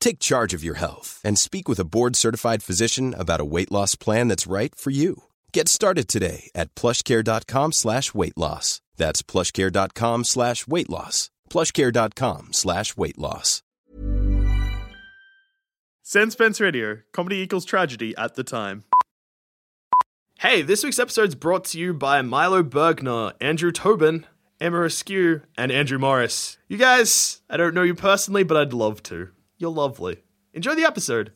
Take charge of your health and speak with a board-certified physician about a weight loss plan that's right for you. Get started today at plushcare.com slash weight loss. That's plushcare.com slash weight loss. plushcare.com slash weight loss. Send Spence Radio, comedy equals tragedy at the time. Hey, this week's episode is brought to you by Milo Bergner, Andrew Tobin, Emma Askew, and Andrew Morris. You guys, I don't know you personally, but I'd love to. You're lovely. Enjoy the episode.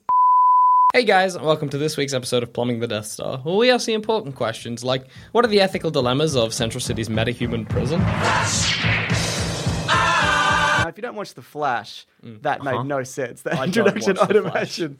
Hey guys, and welcome to this week's episode of Plumbing the Death Star, where we ask the important questions like what are the ethical dilemmas of Central City's metahuman prison? Now, if you don't watch The Flash, Mm. that Uh-huh. made no sense. That introduction, I'd imagine.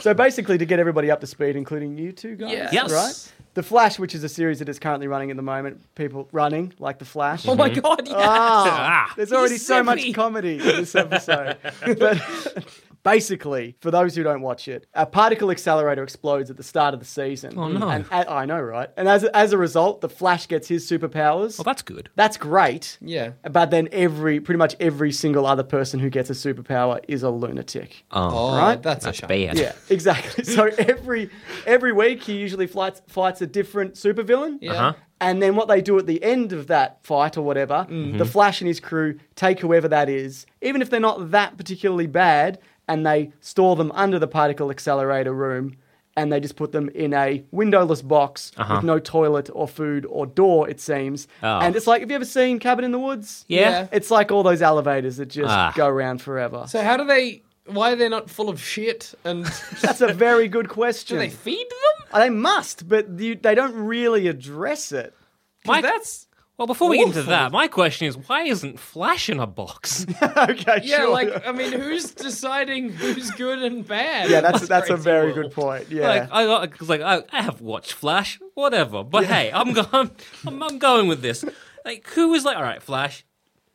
So basically, to get everybody up to speed, including you two guys, Yes. Yes. right? The Flash, which is a series that is currently running at the moment, people running like The Flash. Oh my god, yes! Ah, there's already so much Yosemite. comedy in this episode. but basically, for those who don't watch it, a particle accelerator explodes at the start of the season. Oh no. And a- I know, right? And as as a result, the Flash gets his superpowers. Well, that's good. that's great. Yeah. But then every, pretty much every single other person who gets a superpower is a lunatic. Oh, Right? that's, a That's shame. bad. Yeah, exactly. So every every week he usually fights fights a different supervillain. Yeah. Uh-huh. And then what they do at the end of that fight or whatever, Mm-hmm. the Flash and his crew take whoever that is, even if they're not that particularly bad, and they store them under the particle accelerator room. And they just put them in a windowless box with no toilet or food or door, it seems. Uh-huh. Oh. And it's like, have you ever seen Cabin in the Woods? Yeah. It's like all those elevators that just Ah. go around forever. So how do they? Why are they not full of shit? And That's a very good do question. they feed them? Uh, They must, but you, they don't really address it. 'Cause My- that's Well, before we get into Awful. that, my question is why isn't Flash in a box? okay, yeah. Like I mean, who's deciding who's good and bad? yeah, in that's this that's a crazy very world? good point. Yeah, Like I got because like I, I have watched Flash, whatever. But hey, I'm going, I'm, I'm, I'm going with this. Like who is like all right, Flash,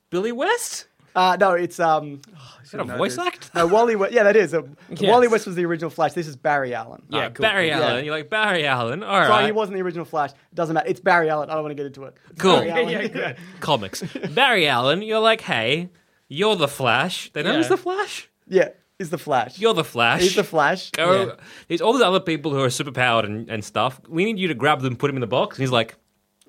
Billy West, uh, no, it's um, is that a voice actor? no, Wally. West, yeah, that is a, Wally Yes. West was the original Flash. This is Barry Allen. All Yeah, right, cool, Barry cool. Allen. Yeah. You're like Barry Allen. All Sorry, he right, wasn't the original Flash. Doesn't matter. It's Barry Allen. I don't want to get into it. It's Cool. Barry Allen. comics. Barry Allen. You're like, hey, you're the Flash. They know he's Yeah. the Flash. yeah, is the Flash. You're the Flash. He's the Flash. Go. Oh, There's all these other people who are superpowered and, and stuff. We need you to grab them, put them in the box. And he's like,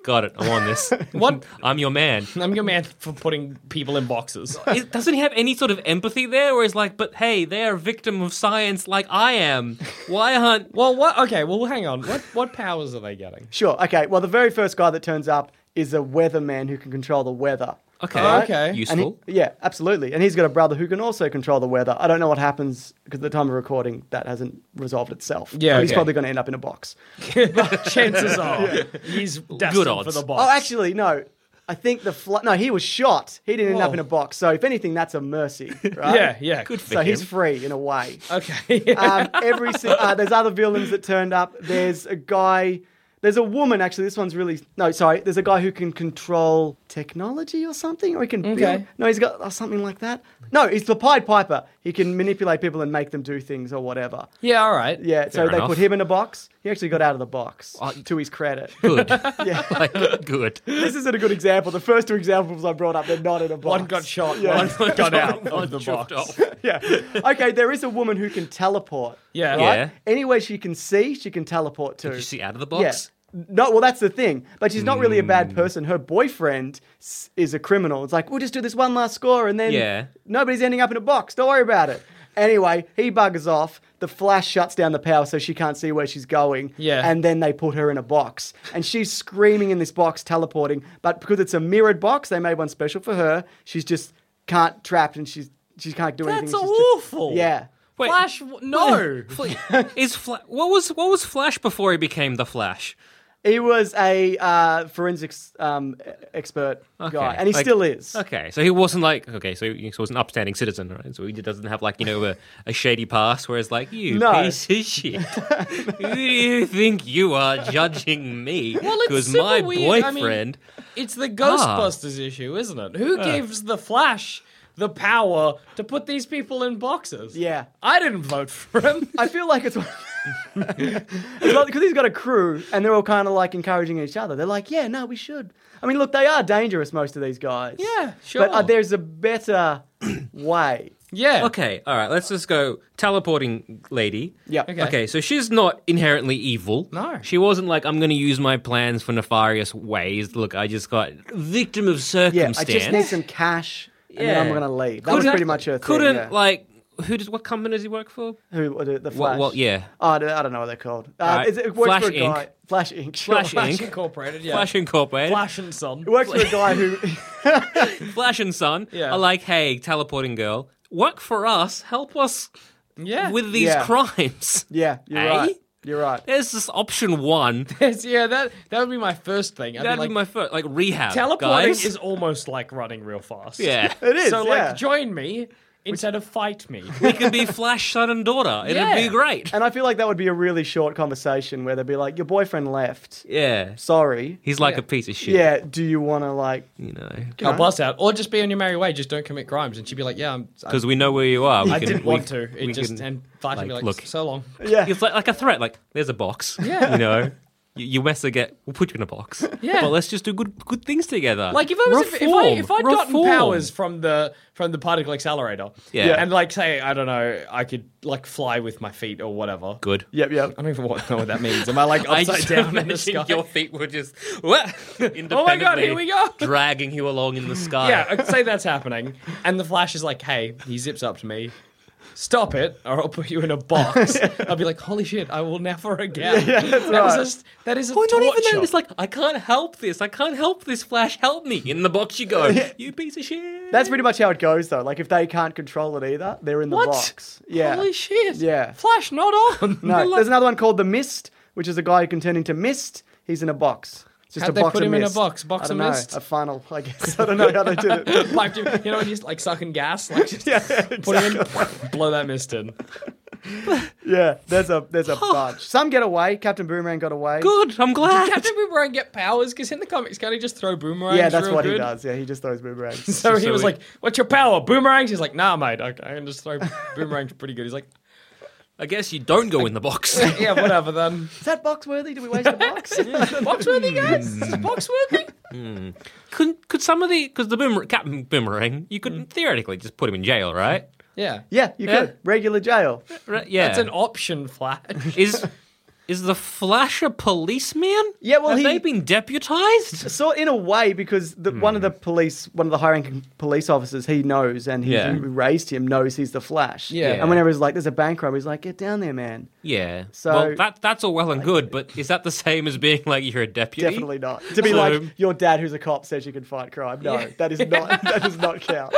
got it. I'm on this. What? I'm your man. I'm your man for putting people in boxes. It- doesn't he have any sort of empathy there? Where he's like, but hey, they are a victim of science like I am. Why aren't. Well, what? Okay, well, hang on. What what powers are they getting? Sure. Okay. Well, the very first guy that turns up is a weatherman who can control the weather. Okay. Oh, okay. And he- Useful. yeah, absolutely. And he's got a brother who can also control the weather. I don't know what happens because at the time of recording, that hasn't resolved itself. Yeah, But he's okay. probably going to end up in a box. Chances are he's destined for odds. the box. Oh, actually, no. I think the fl- no, he was shot. He didn't end up Whoa. in a box. So if anything, that's a mercy, right? yeah, yeah. Good. So he's free in a way. Okay. Um, every si- uh, there's other villains that turned up. There's a guy. There's a woman actually. This one's really no. Sorry. There's a guy who can control technology or something, or he can. build- Okay. no, he's got oh, something like that. No, he's the Pied Piper. He can manipulate people and make them do things or whatever. yeah. All right. Yeah. so Fair they enough. put him in a box. He actually got out of the box Uh, to his credit. Good. Yeah. like, good. This isn't a good example. The first two examples I brought up, they're not in a box. One got shot. Yeah. One got out One of the chopped box. off. yeah. Okay, there is a woman who can teleport. Yeah. Right? Yeah. Anywhere she can see, she can teleport to. Did you see out of the Yeah. box? No, well, that's the thing. But she's not really a Hmm. bad person. Her boyfriend s- is a criminal. It's like, we'll just do this one last score and then Yeah. nobody's ending up in a box. Don't worry about it. Anyway, he buggers off. The flash shuts down the power so she can't see where she's going. Yeah. And then they put her in a box. And she's screaming in this box, teleporting. But because it's a mirrored box, they made one special for her. She's just can't trapped and she's she can't do anything. That's She's just- awful. yeah. Wait, Flash, w- no. Fla- is Fla- what was what was Flash before he became the Flash? He was a uh, forensics um, e- expert guy, and he like- still is. Okay, so he wasn't like okay, so he, so he was an upstanding citizen, right? So he doesn't have like you know a, a shady past, whereas like you No. piece of shit, who do you think you are judging me? Well, it's Because super my weird. I mean, boyfriend. Ah. It's the Ghostbusters issue, isn't it? Who gives the Flash the power to put these people in boxes? Yeah. I didn't vote for him. I feel like it's because he's got a crew, and they're all kind of like encouraging each other. They're like, "Yeah, no, we should." I mean, look, they are dangerous, most of these guys. Yeah, But uh, sure. there's a better way. yeah. Okay, all right, let's just go teleporting lady. Yep. Okay. Okay. so she's not inherently evil. No. She wasn't like, I'm going to use my plans for nefarious ways. Look, I just got victim of Yeah, circumstance. I just need some cash, and then I'm Yeah. gonna leave. That was Couldn't- pretty much her thing. Couldn't yeah. like who does what company does he work for? Who, what, the, the What? Flash? What? Yeah, Oh, I don't, I don't know what they're called. Uh, Alright, is it, it works Flash for a guy. Inc. Flash Inc. Sure. Flash Flash Inc. Incorporated. Yeah. Flash Incorporated, Flash, Flash and Son. It works for a guy who. and Son Yeah. are like, hey, teleporting girl, work for us, help us Yeah. with these Yeah. crimes. Yeah, you're Eh? right. You're right. There's this option one. yeah, that that would be my first thing. I'd That'd be like, be my first, like rehab. teleporting guys. is almost like running real fast. yeah. It is. so like yeah. join me instead of fight me. we could be Flash son and daughter. It'd Yeah. Uh, be great. And I feel like that would be a really short conversation where they'd be like, "Your boyfriend left. Yeah, Sorry. he's like a piece of shit. Yeah. Do you want to like? you know, I'll bust out, or just be on your merry way. Just don't commit crimes. And she'd be like, "Yeah, I'm, I, because we know where you are. We I can- didn't we- want to." It we just can- and fight would be like, like, look. "So long." Yeah. It's like, like a threat. Like there's a box. Yeah. You know, you, you mess again. We'll put you in a box. Yeah. But let's just do good good things together. Like if I was if, if I if I'd gotten Reform. powers from the from the particle accelerator, Yeah. and like say I don't know, I could like fly with my feet or whatever. good. Yep. Yep. I don't even want- know what that means. Am I like I upside just down in the imagine sky? your feet were just what? Oh my god, here we go. dragging you along in the sky. Yeah, I'd say that's happening. And the Flash is like, hey, he zips up to me. Stop it, or I'll put you in a box. I'll be like, holy shit, I will never again. that's right. that is a Well, not torture. even that. It's like I can't help this. I can't help this. Flash, help me! In the box you go. You piece of shit. That's pretty much how it goes, though. Like if they can't control it either, they're in the What? box. Yeah. Holy shit. Yeah. Flash, not on. No. There's another one called the Mist, which is a guy who can turn into mist. He's in a box. It's just How'd a they box put of him in a mist. box? Box I of don't know. mist? A funnel, I guess. I don't know how they did it. Like, you you know, just like sucking gas, like just Yeah, put him exactly. in, blow that mist in. yeah, there's a there's a bunch. Some get away. Captain Boomerang got away. good. I'm glad. Captain Boomerang get powers because in the comics, can't he just throw boomerangs? Yeah, that's real what he good? does. Yeah, he just throws boomerangs. So he So was we- like, "What's your power? Boomerangs?" He's like, "Nah, mate, I, I can just throw boomerangs pretty good." He's like, I guess you don't go in the box. "Yeah, whatever then." Is that box worthy? Did we waste a box? Boxworthy guys, Is this Boxworthy. could could some of the because the boomer, Captain Boomerang, you could theoretically just put him in jail, right? Yeah. yeah, you Yeah. could. Regular jail. Right, yeah. That's an option flash. is is the Flash a policeman? Yeah, well, have he- they been deputized? So in a way, because the, one of the police, one of the high-ranking police officers, he knows, and he Yeah. who raised him knows he's the Flash. Yeah. And whenever he's like, "There's a bank robbery," he's like, "Get down there, man." Yeah. So- well, that that's all well and good, but is that the same as being like you're a deputy? Definitely not. To be So- like your dad, who's a cop, says you can fight crime. No, that is not. That does not count.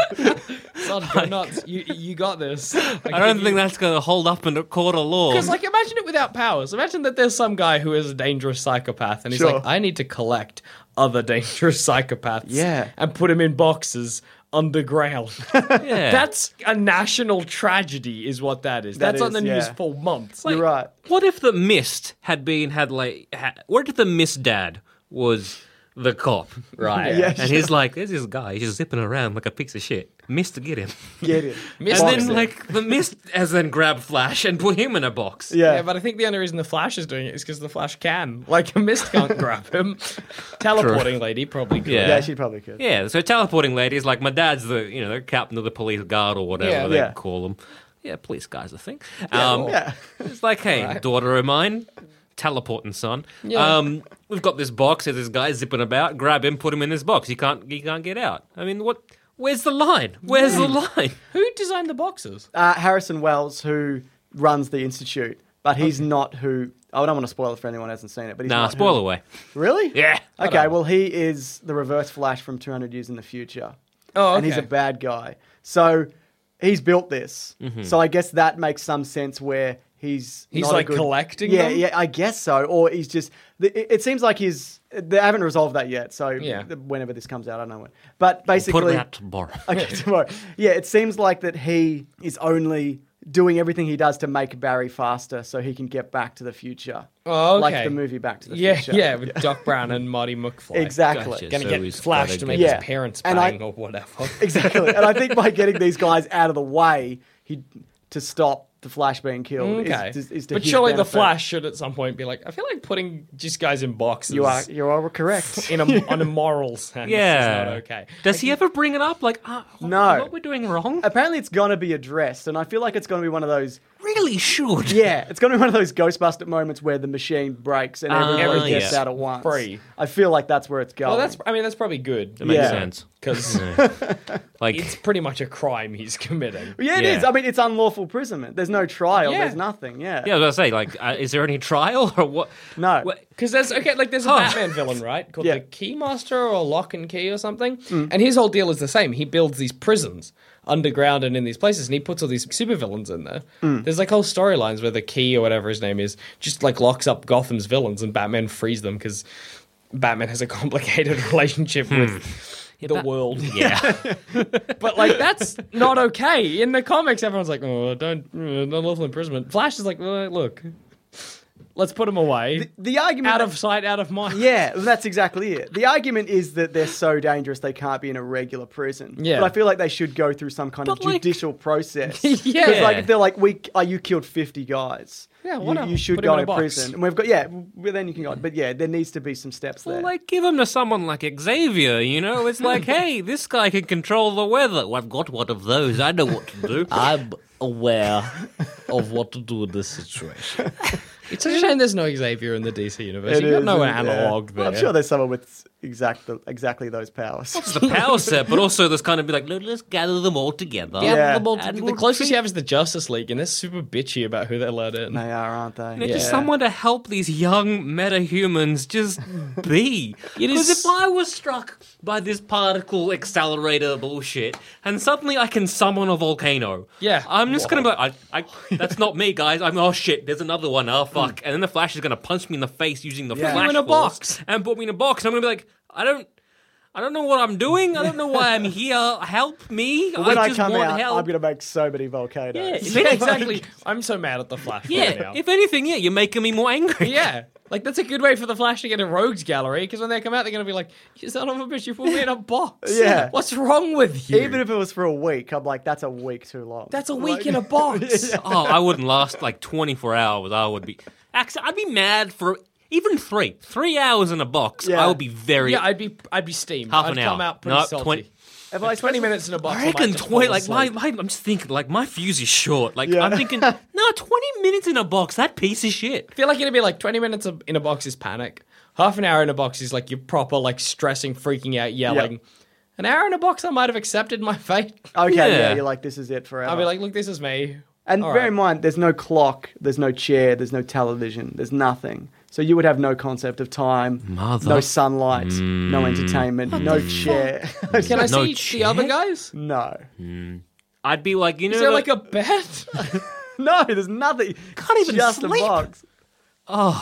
Son, go nuts. You you got this. I don't think that's going to hold up in a court of law. Because like, imagine it without powers. Imagine that there's some guy who is a dangerous psychopath, and he's Sure. like, "I need to collect other dangerous psychopaths, Yeah. and put them in boxes." Underground. yeah. That's a national tragedy, is what that is. That That's on is, the news yeah. for months. You're right. What if the mist had been had like? Had, what if the mist dad was the cop, right? Yeah, and he's like, "There's this guy. He's just zipping around like a piece of shit. Mist to get him." Get it. Missed and it. then like the mist has then grabbed Flash and put him in a box. Yeah. Yeah, but I think the only reason the Flash is doing it is because the Flash can. Like a mist can't grab him. Teleporting lady probably could. Yeah. yeah, she probably could. Yeah, so teleporting ladies like my dad's the you know the captain of the police guard or whatever Yeah. they Yeah. call them. Yeah, police guy's a thing. Um, Yeah. It's like, hey, daughter of mine, teleporting son. Yeah. Um, we've got this box. There's this guy zipping about. Grab him, put him in this box. He can't. He can't get out. I mean, what? Where's the line? Where's the line? Who designed the boxes? Uh, Harrison Wells, who runs the institute, but he's not who. I don't want to spoil it for anyone who hasn't seen it, but he's Nah, not who- spoil away. Really? Yeah. Okay, well, he is the reverse Flash from 200 years in the future. Oh, And he's a okay. bad guy. So he's built this. So I guess that makes some sense where he's. Mm-hmm. He's, not a like, good- collecting Yeah, them? yeah, I guess so. Or he's just. the- It it seems like he's. They haven't resolved that yet. So Yeah. whenever this comes out, I don't know when. But Put basically. it out tomorrow. Okay, tomorrow. Yeah, it seems like that he is only doing everything he does to make Barry faster so he can get back to the future. Oh, Like okay. the movie Back to the yeah, Future. yeah, with Doc Brown and Marty McFly. Exactly. Gotcha. Gonna So get he's Flash gotta to make get- his parents And bang I- or whatever. Exactly. and I think by getting these guys out of the way, he to stop the Flash being killed is- Okay. is, is, to but his surely the benefit. Flash should at some point be like, I feel like putting these guys in boxes. You are you are correct. in a, on a moral sense. yeah. Is not okay. Does he ever bring it up? Like, uh, No. what we're doing wrong? Apparently, it's gonna be addressed, and I feel like it's gonna be one of those. really should. Yeah, it's gonna be one of those Ghostbuster moments where the machine breaks and everybody yeah. gets out at once. Ah, Free. I feel like that's where it's going. Well, that's. I mean, that's probably good. That makes Yeah. sense. Because Like, it's pretty much a crime he's committing. Yeah, it is. Yeah. I mean, it's unlawful imprisonment. There's no trial. Yeah. There's nothing. Yeah. yeah, I was gonna say, like, uh, is there any trial or what? No. What- Because there's okay, like there's a Huh. Batman villain, right? Called Yeah. the Keymaster or Lock and Key or something. And his whole deal is the same. He builds these prisons underground and in these places, and he puts all these supervillains in there. There's like whole storylines where the Key or whatever his name is just like locks up Gotham's villains, and Batman frees them because Batman has a complicated relationship with the Bat- world. Yeah. But like that's not okay. In the comics, everyone's like, "Oh, don't uh, unlawful imprisonment." Flash is like, "Well, "Look, let's put him away." The, the argument. out of sight, out of mind. Yeah, that's exactly it. The argument is that they're so dangerous they can't be in a regular prison. Yeah. But I feel like they should go through some kind of But, like- judicial process. Yeah. 'Cause, like if they're like, we, oh, you killed 50 guys. Yeah, you- whatever. You, should Put him go in a to box. prison. And we've got yeah. Well, then you can go. But yeah, there needs to be some steps there. Well, like, give him to someone like Xavier, you know? It's like, hey, this guy can control the weather. Well, I've got one of those. I know what to do. I'm aware of what to do in this situation. It's such a shame there's no Xavier in the DC universe. It You've got is, no and- yeah. analog there. I'm sure there's someone with exact, exactly those powers. It's the power set, but also this kind of be like, "No, let's gather them all together. Yeah, Yeah. the mul- And the we'll closest treat- you have is the Justice League, and they're super bitchy about who they're let in. they are, aren't they? It's Just someone to help these young meta-humans just be. It Because is- if I was struck by this particle accelerator bullshit, and suddenly I can summon a volcano, Yeah. I'm just gonna be like, I, I, that's not me, guys. I'm oh shit, there's another one. Oh fuck, and then the Flash is gonna punch me in the face using the Yeah. Flash Put you in a Force box. and put me in a box. I'm gonna be like, I don't. I don't know what I'm doing. I don't know why I'm here. Help me! when I just come want out, help. I'm going to make so many volcanoes. Yeah, exactly. I'm so mad at the Flash right yeah, now. if anything, yeah, you're making me more angry. yeah, like that's a good way for the Flash to get a rogues gallery because when they come out, they're gonna be like, "You son of a bitch, you put me in a box. Yeah. what's wrong with you? Even if it was for a week, I'm like, that's a week too long. that's a week in a box. Oh, I wouldn't last like 24 hours. I would be. Actually, I'd be mad for even three. Three hours in a box. Yeah. I would be very. Yeah, I'd be, I'd be steamed. Half I'd an come hour. out pretty No, salty. 20 If I Twenty minutes in a box. I might reckon just fall 20. Like, my, asleep. my, I'm just thinking, like, my fuse is short. Like, I'm thinking, no, 20 minutes in a box. That piece of shit. feel like it'd be like 20 minutes of- in a box is panic. Half an hour in a box is like you're proper, like stressing, freaking out, yelling. Yep. An hour in a box, I might have accepted my fate. Okay, yeah. Yeah. you're like, this is it forever. I'll be like, look, this is me. and all bear right. in mind, there's no clock, there's no chair, there's no television, there's nothing. So you would have no concept of time, Mother. no sunlight, no Mm. entertainment, no chair. Can I No see chair? the other guys? no. I'd be like, you know. Is there the- like a bed? No, there's nothing. Can't even Just sleep. a box.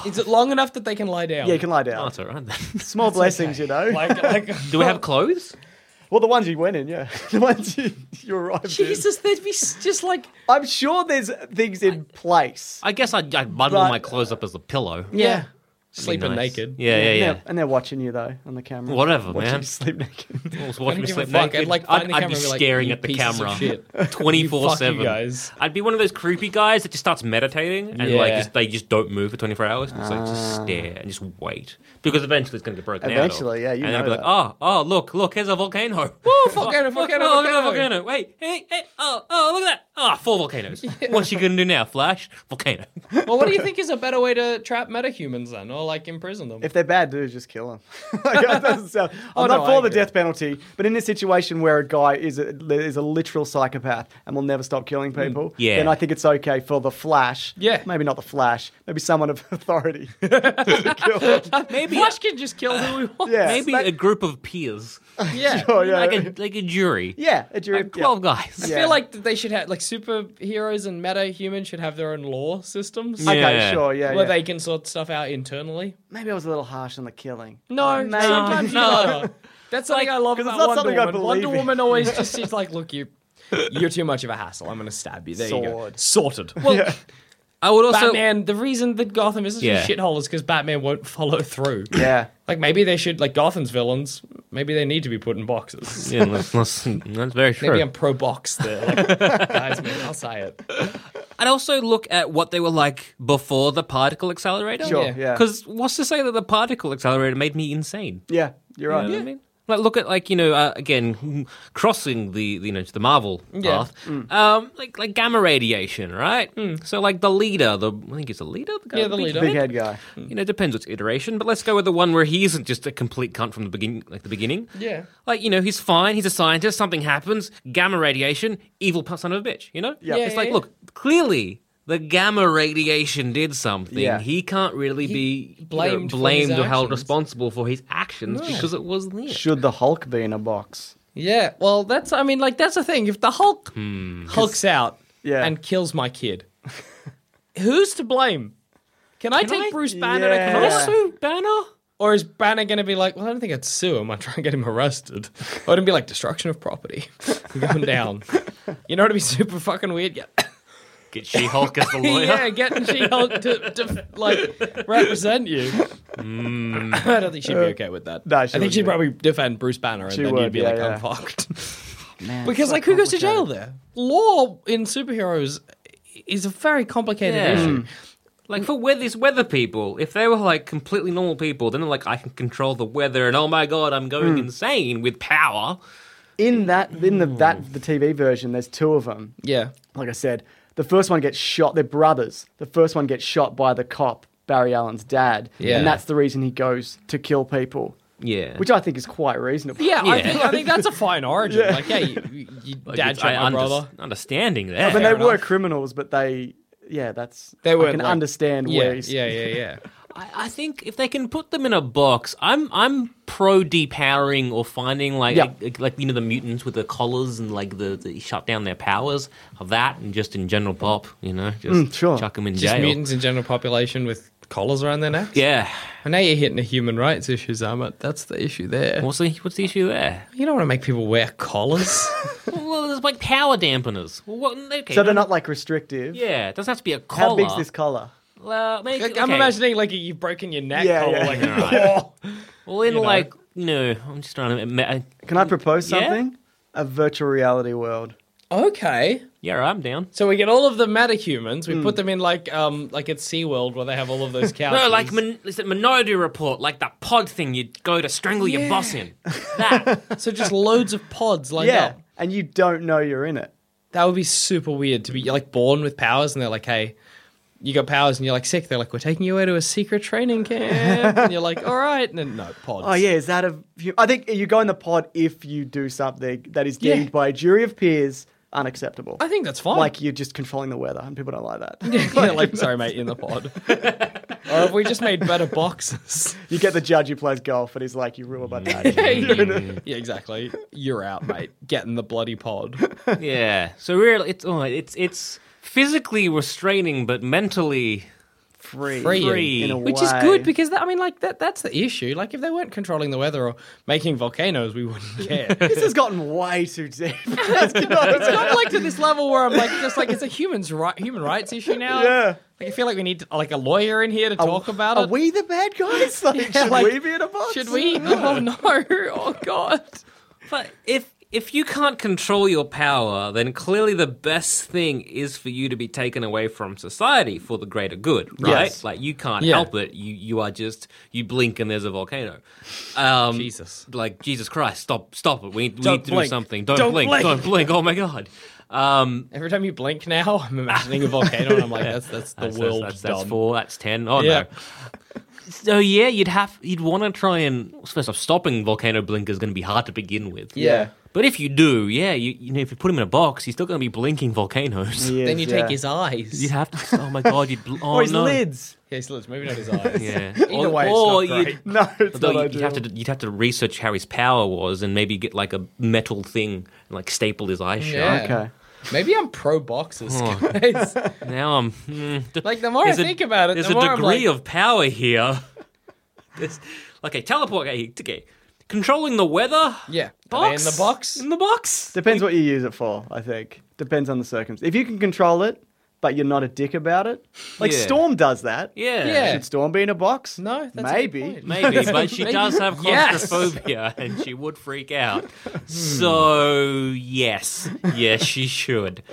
is it long enough that they can lie down? Yeah, you can lie Oh, down. it's all right then. Small blessings, you know. Like, like, Do we have clothes? well, the ones you went in, yeah. the ones you, you arrived in. Jesus, there'd be s- just like, I'm sure there's things in place. I guess I'd, I'd bundle But- my clothes up as a pillow. yeah, sleeping Nice. naked. Yeah, yeah, yeah. And they're, and they're watching you, though, on the camera. Whatever, watching man. You sleep naked. I was I watching don't me give a sleep fuck. naked. I'd, like, find I'd, the I'd camera be and be like, staring "You at the pieces of camera shit." twenty four You fuck you seven. guys. I'd be one of those creepy guys that just starts meditating and like Yeah. Ah. just, they just don't move for twenty four hours. It's like just stare and just wait because eventually it's going to get broken out. of. Eventually, yeah, you and know I'd be like, that. oh, oh, look, look, here's a volcano. Woo, volcano, volcano, Look, look, look, volcano. volcano. Wait, hey, hey, oh, oh, look at that. Ah, four volcanoes. What's she gonna do now, Flash? Volcano. Well, what do you think is a better way to trap metahumans then, or like imprison them? If they're bad dudes, just kill them. like, that doesn't sound- Oh, I'm no, not I for the agree. death penalty, but in a situation where a guy is a, is a literal psychopath and will never stop killing people, Mm, yeah. then I think it's okay for the Flash. Yeah. Maybe not the Flash, maybe someone of authority. Maybe Flash can just kill who we want. Yeah. maybe Like- a group of peers, Yeah. Oh, yeah. like a like a jury. yeah, a jury. Like Twelve guys. I Yeah. feel like that they should have like superheroes and meta humans should have their own law systems yeah. Okay, Yeah. sure, yeah. where yeah. they can sort stuff out internally. Maybe I was a little harsh on the killing. No, Maybe. sometimes you No. gotta. That's something I love 'Cause it's about not Wonder something I Woman. believe Wonder in. Woman always just seems like, look, you, you're too much of a hassle. I'm gonna stab you. There you go. Sword. Sorted. Well, I would also Batman. the reason that Gotham is such Yeah. a shithole is because Batman won't follow through. Yeah. Like maybe they should like Gotham's villains. Maybe they need to be put in boxes. Yeah, that's, that's, that's very true. Maybe I'm pro box there. Like, guys, man, I'll say it. I'd also look at what they were like before the particle accelerator. Sure, Yeah. yeah. Because what's to say that the particle accelerator made me insane? Yeah, you're right. You know what I mean? Like look at like you know uh, again crossing the the, you know the Marvel Yeah. Mm. path, um, like like gamma radiation, right? Mm. So like the leader, the I think it's the leader, the guy Yeah, with the big leader. Big head? head guy. You know, depends which iteration, but let's go with the one where he isn't just a complete cunt from the beginning, like the beginning. Yeah. like you know, he's fine. He's a scientist. Something happens. Gamma radiation, evil p- son of a bitch. You know, Yeah. Yeah, It's yeah, like, yeah. look, clearly the gamma radiation did something. Yeah. He can't really be you know, blamed for blamed his or held actions. responsible for his actions because it was there. Should the Hulk be in a box? Yeah, well, that's I mean, like that's the thing. If the Hulk hulks out Yeah. and kills my kid, who's to blame? Can I take I- Bruce Banner Yeah. to court? Also, Banner. Or is Banner going to be like, well, I don't think I'd sue him. I'd try and get him arrested. Or it'd be like destruction of property. We're going down. You know what would be super fucking weird? Yeah, Get She Hulk as the lawyer. yeah getting She-Hulk to, to, like, represent you. Mm. I don't think she'd be okay with that. No, she I wouldn't think she'd be. probably defend Bruce Banner and She then would, you'd be yeah, like, yeah. I'm fucked. Man, Because so like who goes to jail complicated. there? Law in superheroes is a very complicated Yeah. Hmm. issue. Mm. Like for weather, these weather people, if they were like completely normal people, then they're like, I can control the weather, and oh my god, I'm going Mm. insane with power. In that, in the that the TV version, there's two of them. Yeah. Like I said, the first one gets shot. They're brothers. The first one gets shot by the cop, Barry Allen's dad, Yeah. and that's the reason he goes to kill people, Yeah, which I think is quite reasonable. Yeah, I Yeah. think I think that's a fine origin. Like, yeah, you, you, you Like, dad it's- shot my under- brother. Understanding there. I mean, they fair were enough. criminals, but they, yeah, that's They I were, can like- understand Yeah, where he's yeah, yeah, yeah. I, I think if they can put them in a box, I'm I'm pro depowering or finding like, Yeah. like like, you know the mutants with the collars and like the, the shut down their powers of that and just in general pop, you know, just Mm, sure. chuck them in Just jail. mutants in general population with collars around their necks. Yeah. And now you're hitting a human rights issue, Zamet. That's the issue there. What's the what's the issue there? You don't want to make people wear collars. well, there's like power dampeners. Well, what, okay. So they're not like restrictive. Yeah, it doesn't have to be a collar. How big's this collar? Well, maybe, Like, I'm okay. imagining like you've broken your neck Yeah, collar. yeah. Like, Well, in like you know, I'm just trying to. uh, ima- Can I propose Yeah. something? A virtual reality world. okay. Yeah, right, I'm down. So we get all of the metahumans. We Hmm. put them in like um like at SeaWorld where they have all of those couches. No, like min- is it Minority Report, like that pod thing you'd go to strangle your boss in. That. so just loads of pods lined yeah, up. and you don't know you're in it. That would be super weird to be you're, like born with powers and they're like, hey, you got powers and you're like sick. They're like, we're taking you away to a secret training camp. and you're like, all right, and then no pods. Oh yeah, is that a? I think you go in the pod if you do something that is deemed Yeah. by a jury of peers unacceptable. I think that's fine. like you're just controlling the weather, and people don't like that. yeah, like sorry, mate, in the pod. or have we just made better boxes? you get the judge who plays golf, and he's like, "You rule by that." yeah, exactly. You're out, mate. Get in the bloody pod. yeah. So really, it's oh, it's it's physically restraining, but mentally Free, Free. in a Which is way. good because that, I mean, like that—that's the issue. Like, if they weren't controlling the weather or making volcanoes, we wouldn't care. This has gotten way too deep. it's not like to this level where I'm like, just like it's a human's right, human rights issue now. Yeah. Like I feel like we need like a lawyer in here to talk about Are it. we the bad guys? Like, Yeah, should like, we be in a box? Should we? Oh no! Oh god! But if if you can't control your power, then clearly the best thing is for you to be taken away from society for the greater good, right? Yes. Like you can't Yeah. help it. You you are just you blink and there's a volcano. Um, Jesus. like Jesus Christ, stop stop it. We, we Don't need to do blink. something. Don't, Don't blink. blink. Don't blink. Oh my god. Um, Every time you blink now, I'm imagining a volcano, and I'm like, that's that's the that's, world that's, that's done. four. That's ten. Oh Yeah. no. So yeah, you'd have you'd want to try and first off, stopping volcano blink is going to be hard to begin with. Yeah. But if you do, yeah, you, you know, if you put him in a box, he's still going to be blinking volcanoes. Then you take his eyes. You'd have to. Oh my god! You'd. Bl- oh or his no. lids. Yeah, so it's maybe not his eyes. Yeah. Either way, it's not great. you'd, No, it's although not you'd, you'd have ideal. to you'd have to research how his power was and maybe get like a metal thing and like staple his eye shut. Yeah. Okay. Hmm. Maybe I'm pro boxers, guys. Now I'm hmm, d- like the more There's I a- think about it, there's the a more I'm degree like, of power here. There's- okay, teleport. Okay, okay, controlling the weather. yeah. Are they Box in the box. In the box. Depends what you use it for, I think. Depends on the circumstance. If you can control it, but you're not a dick about it, like Yeah. Storm does that. Yeah. Yeah. Should Storm be in a box? No, that's a good maybe. point. Maybe, but she does have Yes. claustrophobia and she would freak out. So, yes. Yes, she should.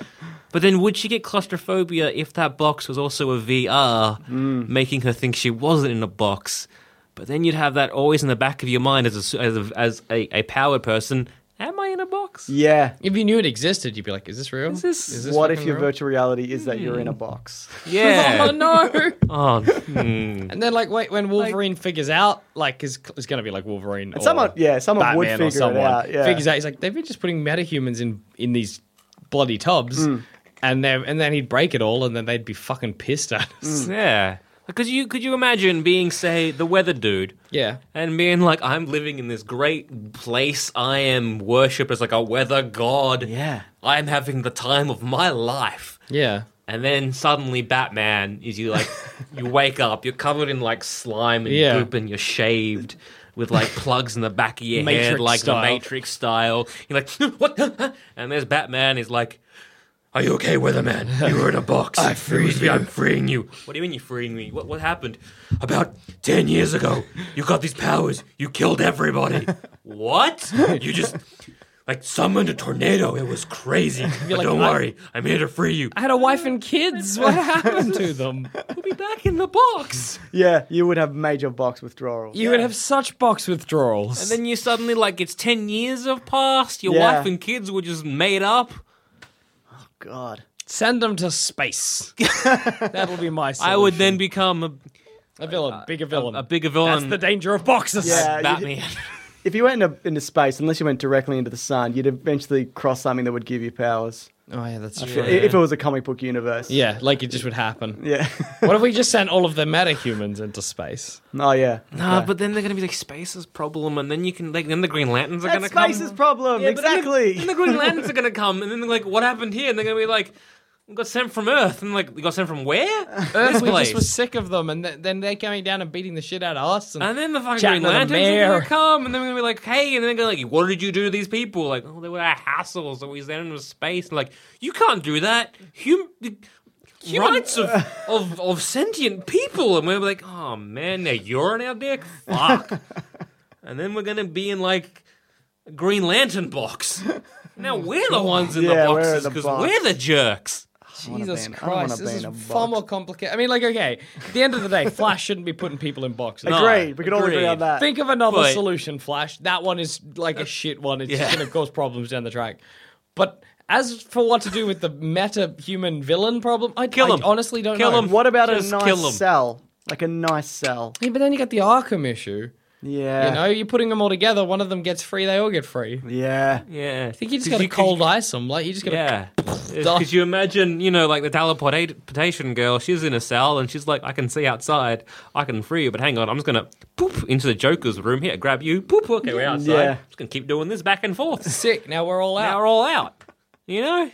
But then would she get claustrophobia if that box was also a VR, making her think she wasn't in a box? But then you'd have that always in the back of your mind as a, as a, as a, a powered person. Am I in a box? Yeah. If you knew it existed, you'd be like, "Is this real? Is this- what if fucking your real? virtual reality is that you're in Hmm. a box? Oh Yeah. no! oh, hmm. and then, like, wait, when Wolverine figures out, like, is is going to be like Wolverine? Or someone, yeah, someone Batman would or figure someone it out. Yeah. figures out. He's like, they've been just putting metahumans in in these bloody tubs, Mm. and then and then he'd break it all, and then they'd be fucking pissed at Mm. us. Yeah. Because you could you imagine being, say, the weather dude? Yeah. and being like, I'm living in this great place. I am worshipped as like a weather god. Yeah. I'm having the time of my life. Yeah. And then suddenly Batman is you like, you wake up, you're covered in like slime and Yeah. goop and you're shaved with like plugs in the back of your head, Matrix like style. the Matrix style. You're like, what? and there's Batman is like, are you okay, Weatherman? You were in a box. I freed you. I'm freeing you. What do you mean you're freeing me? What what happened? About ten years ago, you got these powers. You killed everybody. what? You just like summoned a tornado. It was crazy. But like, don't I- worry, I'm here to free you. I had a wife and kids. What happened to them? I'll be back in the box. yeah, you would have major box withdrawal. You would have such box withdrawals. And then you suddenly like it's ten years have passed. Your Yeah. wife and kids were just made up. God. Send them to space. That'll be my solution. I would then become a, Uh, a villain, bigger villain. a bigger villain. That's the danger of boxes. Yeah. you- Batman. If you went into, into space, unless you went directly into the sun, you'd eventually cross something that would give you powers. Oh yeah, that's I- true. Yeah. If it was a comic book universe. like it just would happen. Yeah. What if we just sent all of the metahumans into space? oh, yeah. Nah, but then they're gonna be like space's problem, and then you can like then the Green Lanterns are That's gonna come. space's problem. Yeah, but then the- exactly. Then the Green Lanterns are gonna come, and then they're like, what happened here? And they're gonna be like, we got sent from Earth, and like we got sent from where? Earth We just were sick of them, and th- then they're coming down and beating the shit out of us. And, And then the fucking Chatting Green to the Lanterns are mayor. gonna come, and then we're gonna be like, "Hey!" And then they're gonna like, "What did you do to these people?" Like, "Oh, they were a hassle, so we sent them to space." And like, you can't do that. Hum- the rights of, of of sentient people, and we're like, "Oh man, now you're in our dick, fuck." and then we're gonna be in like a Green Lantern box. Now we're the ones in Yeah, the we're in boxes the because box. we're the jerks. Jesus ban- I don't wanna Christ, this ban is a far box. more complicated. I mean, like, okay, at the end of the day, Flash shouldn't be putting people in boxes. No. Agreed. We can all agree agreed. on that. Think of another Uh, But- Uh, solution, Flash. That one is like a shit one. It's Yeah. just going to cause problems down the track. But as for what to do with the meta human villain problem, I, Kill I 'em. honestly don't Kill know. 'em. what about a Just kill 'em. nice cell? Like a nice cell. Yeah, but then you got the Arkham issue. Yeah. You know, you're putting them all together. One of them gets free. They all get free. I Yeah. Yeah, I think you just got to cold ice them. Like you just got to. Yeah. Because you imagine, you know, like the teleportation girl, she's in a cell and she's like, I can see outside, I can free you, but hang on, I'm just going to poop into the Joker's room here, grab you, poop, okay, we're outside. Yeah. just going to keep doing this back and forth. Sick. Now we're all now out. we're all out. You know?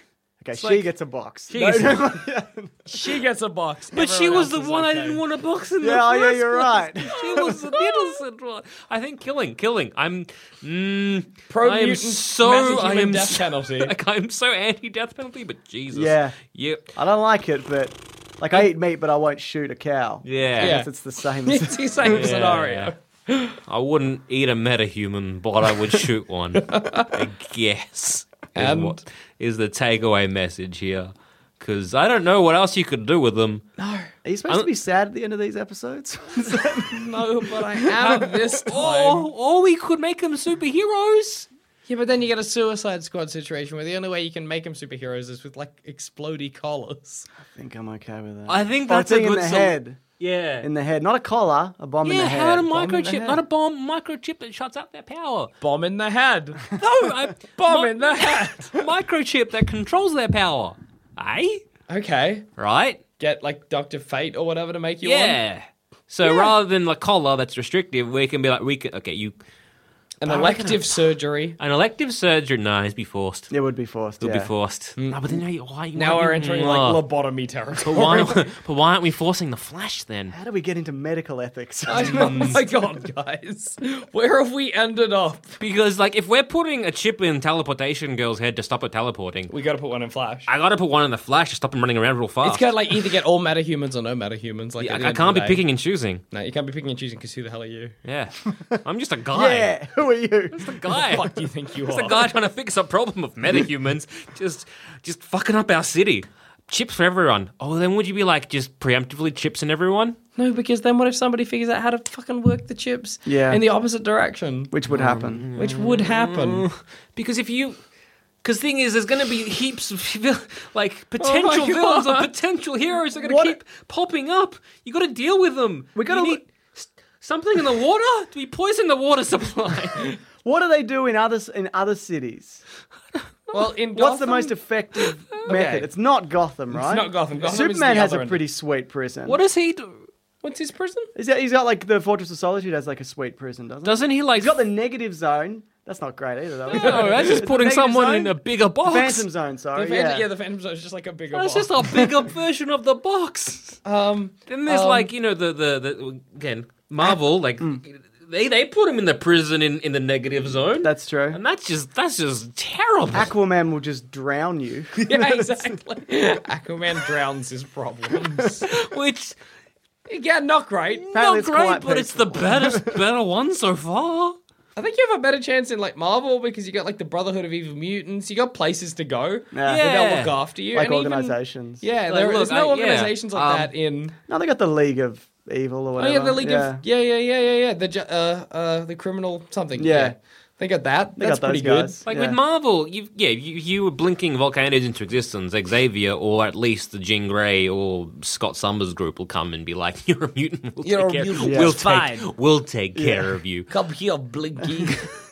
Okay, she gets a box. No, Jeez. no, she gets a box. but she was the one I didn't want to box in the Yeah, yeah, first you're place. right. She was the innocent one. I think killing, killing. I'm, mm, Pro I am mutant so, massive I human am death so- penalty. Like, I'm so anti-death penalty, but Jesus. Yeah. Yep. I don't like it, but like I eat meat, but I won't shoot a cow. Yeah. Yeah. It's the same. It's as- the same Yeah. scenario. I wouldn't eat a metahuman, but I would shoot one. I guess. Is, And- what, is the takeaway message here. Because I don't know what else you could do with them. Are you supposed to be sad at the end of these episodes? No, but I have this time. Or, or we could make them superheroes. Yeah, but then you get a Suicide Squad situation where the only way you can make them superheroes is with like explodey collars. I think I'm okay with that. I think Or a that's a thing good in the sol- head. Yeah. In the head, not a collar, a bomb in yeah, the head. how had a Bomb in the microchip, head. not a bomb, microchip that shuts out their power. Bomb in the head. No, a Bomb in the head. microchip that controls their power. Eh? Okay. Right? Get like Doctor Fate or whatever to make you one. yeah. So rather than the collar that's restrictive, we can be like, we can, okay, you, An elective surgery. an elective surgery, no, he's be forced. It would be forced. He'll yeah. be forced. No, but then you- why? why Mm. Now you- we're entering like Mwah. lobotomy but, territory. why, but why aren't we forcing the Flash then? How do we get into medical ethics? oh my god, guys. Where have we ended up? Because like, if we're putting a chip in teleportation girl's head to stop her teleporting, We gotta put one in Flash. I gotta put one in the Flash to stop him running around real fast. it's gotta like either get all metahumans or no metahumans. Like I, at the I end of can't the day. be picking and choosing. No, you can't be picking and choosing because who the hell are you? Yeah, I'm just a guy. yeah, who are you? guy. Fuck do you think you It's are? a guy trying to fix a problem of metahumans, just just fucking up our city. Chips for everyone. Oh, then would you be like just preemptively chips in everyone? No, because then what if somebody figures out how to fucking work the chips Yeah. Mm. in the opposite direction? Which would happen. Which would Oh, happen. Because if you, because thing is, there's going to be heaps of vil- like potential villains or God. potential heroes are going to What- keep popping up. You got to deal with them. We gotta to look- something in the water. Do we poison the water supply? What do they do in other in other cities? Well, in What's the Gotham- most effective method? It's not Gotham, right? not Gotham. Gotham is Superman the has other a end. pretty sweet prison. what does he do? What's his prison? Is that, he's got like the Fortress of Solitude has like a sweet prison, doesn't? Doesn't he like? He's got the negative zone. That's not great either, though. no, Oh, that's just putting negative someone zone? in a bigger box. Phantom zone. Sorry. The Phantom, yeah. Oh, yeah. the Phantom Zone is just like a bigger. That's box. just a bigger version of the box. um. Then there's Um, like you know the the, the again Marvel like mm. they they put him in the prison in, in the negative zone. That's true. and that's just that's just terrible. Aquaman will just drown you. Yeah, exactly. Aquaman drowns his problems. Which yeah, not great. Apparently not it's great, quite but it's the best better one so far. I think you have a better chance in like Marvel because you got like the Brotherhood of Evil Mutants. You got places to go. Yeah. where They'll Yeah. look after you. like and even- organizations. yeah, Like, there, look, there's no I- yeah, organizations like um, that in. No, they got the League of Evil or Oh whatever. yeah, the League of yeah, yeah, yeah, yeah, yeah. The ju- uh, uh, the criminal something. Yeah, Yeah. they got that. They That's got those pretty good. guys. Like Yeah. with Marvel, you yeah you you were blinking volcanoes into existence. Xavier or at least the Jean Grey or Scott Summers group will come and be like, "You're a mutant. We'll You're take a care. mutant, We'll it's take. fine." We'll take care of you." Come here, Blinky.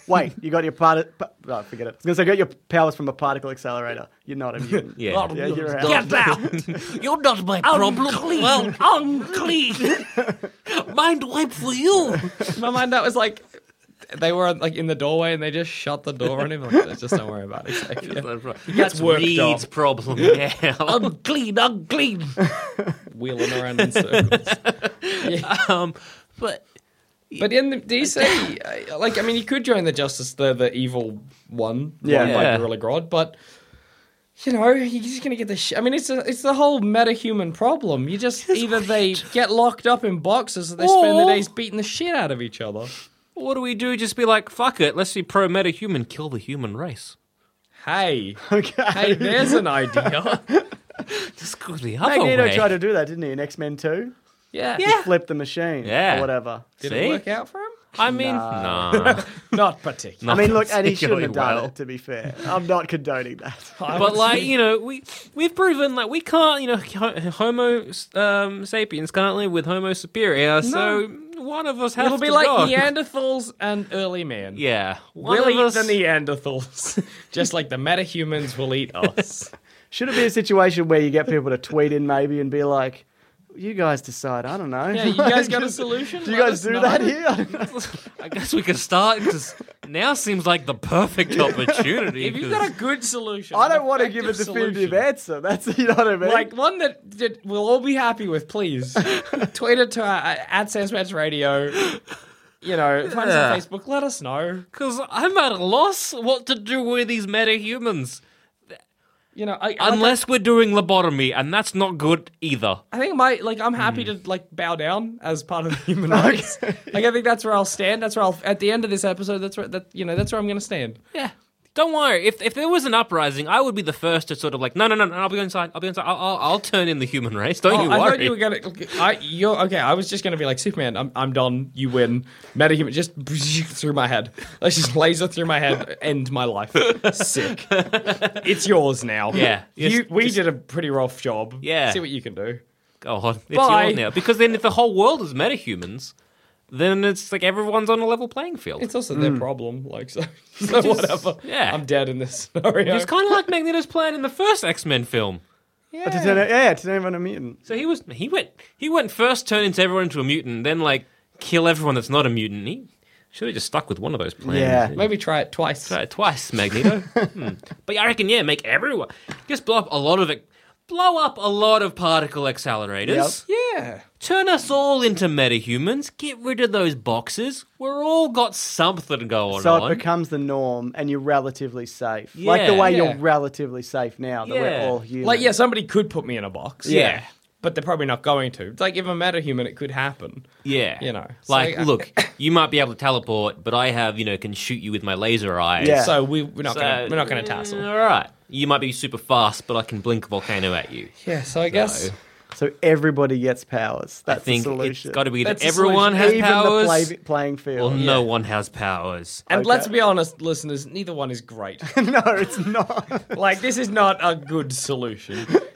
Wait, you got your part. pa- oh, forget it. I was gonna say, got your powers from a particle accelerator. You're not a mutant. Yeah. Not Yeah, you're out. Get out! You're not my problem. Well, unclean. Mind wipe for you. My mind that was like they were like in the doorway and they just shut the door on him. Like, just don't worry about it. Xavier." That's worked Reed's up. problem. Yeah. Unclean, unclean. Wheeling around in circles. um, but But in the DC, uh, like I mean, you could join the Justice, the the evil one, Yeah. one by Yeah. Gorilla Grodd, but. You know, you're just gonna get the. Sh- I mean, it's a, it's the whole metahuman problem. You just either they get locked up in boxes, or they spend their Or- days beating the shit out of each other. what do we do? Just be like, fuck it. Let's be pro meta human. Kill the human race. Hey, Okay. hey, there's an idea. Just go the other Magneto way. tried to do that, didn't he? In X Men Two, Yeah. he flipped the machine. Yeah. Or whatever. Did See? it work out for him? I mean, nah. Not particularly. I mean, look, and he shouldn't particularly have done well. it. To be fair, I'm not condoning that. But like you know, we we've proven like we can't you know ho- Homo um, sapiens can't live with Homo superior. So one of us has It'll to be like go. Neanderthals and early man. Yeah, one We'll eat of us. the Neanderthals, just like the metahumans will eat us. Should it be a situation where you get people to tweet in maybe and be like, "You guys decide." I don't know. yeah, you guys got a solution? do you Let guys us do know. that here? I guess we could start because now seems like the perfect opportunity. If you've 'cause- got a good solution, I don't an want to give a effective definitive solution, answer. That's you know what I mean. Like one that, that we'll all be happy with, please. Tweet it to our, at Sam Smash Radio. You know, find Yeah. us on Facebook. Let us know. Because I'm at a loss what to do with these metahumans. You know, I, like, Unless we're doing lobotomy, and that's not good either. I think my like I'm happy Hmm. to like bow down as part of the human race. Like I think that's where I'll stand. That's where I'll at the end of this episode. That's where that you know that's where I'm gonna stand. Yeah. Don't worry. If if there was an uprising, I would be the first to sort of like, no, no, no, no I'll be inside. I'll be inside. I'll, I'll, I'll turn in the human race. Don't Oh, you I worry. thought you were gonna. I you're okay. I was just gonna be like Superman. I'm I'm done. You win. Metahuman just through my head. Let's just laser through my head. End my life. Sick. It's yours now. Yeah. You, Just- we did a pretty rough job. Yeah. See what you can do. God, it's Bye. yours now. Because then, if the whole world is metahumans, then it's like everyone's on a level playing field. It's also their problem. Like so. So whatever. Hmm. yeah. I'm dead in this scenario. It's kind of like Magneto's plan in the first X Men film. But to turn it, yeah, to turn everyone a mutant. So he was he went he went first, turn into everyone into a mutant, then like kill everyone that's not a mutant. He should have just stuck with one of those plans. Yeah. Maybe try it twice. Try it twice, Magneto. Hmm. But yeah, I reckon yeah, make everyone just blow up a lot of it. Blow up a lot of particle accelerators. Yeah. Turn us all into metahumans. Get rid of those boxes. We're all got something going So on. it becomes the norm, and you're relatively safe. Like the Yeah. way Yeah. you're relatively safe now that Yeah. we're all human. Like, yeah, somebody could put me in a box. Yeah. But they're probably not going to. It's like if I'm metahuman, it could happen. Yeah. You know, so Like, I- look, you might be able to teleport, but I have, you know, can shoot you with my laser eyes. Yeah. So we, we're not So- gonna we're not gonna Mm, tassel. All right. You might be super fast, but I can blink a volcano at you. Yeah. So I guess So everybody gets powers. I That's the think solution. it's got to be that That's the everyone has Even powers. the play, playing field. Well, no one has powers. and let's be honest, listeners, neither one is great. no, it's not. like this is not a good solution.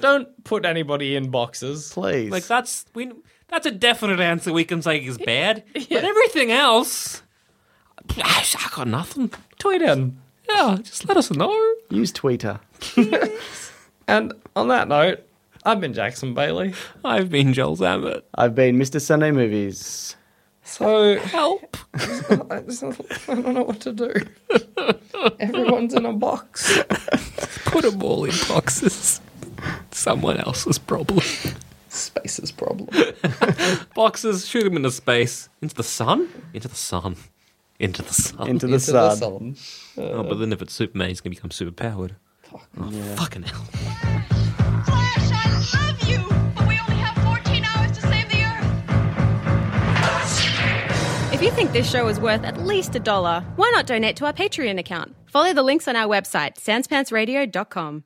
don't put anybody in boxes. Please. Like that's we that's a definite answer we can say is bad. But everything else, I I got nothing. Tweet in. Yeah, just let us know. Use Twitter. And on that note, I've been Jackson Bailey. I've been Joel Zammett. I've been Mr. Sunday Movies. So Help. I, just- I don't know what to do. Everyone's in a box. Put them all in boxes. Someone else's problem. Space's problem. Boxes, shoot them into space. Into the sun? Into the sun. Into the sun. Into the Into the sun. sun. oh, but then if it's Superman, he's going to become super powered. Oh, fucking hell. Flash, I love you, but we only have 14 hours to save the Earth. If you think this show is worth at least a dollar, why not donate to our Patreon account? Follow the links on our website, sanspantsradio.com.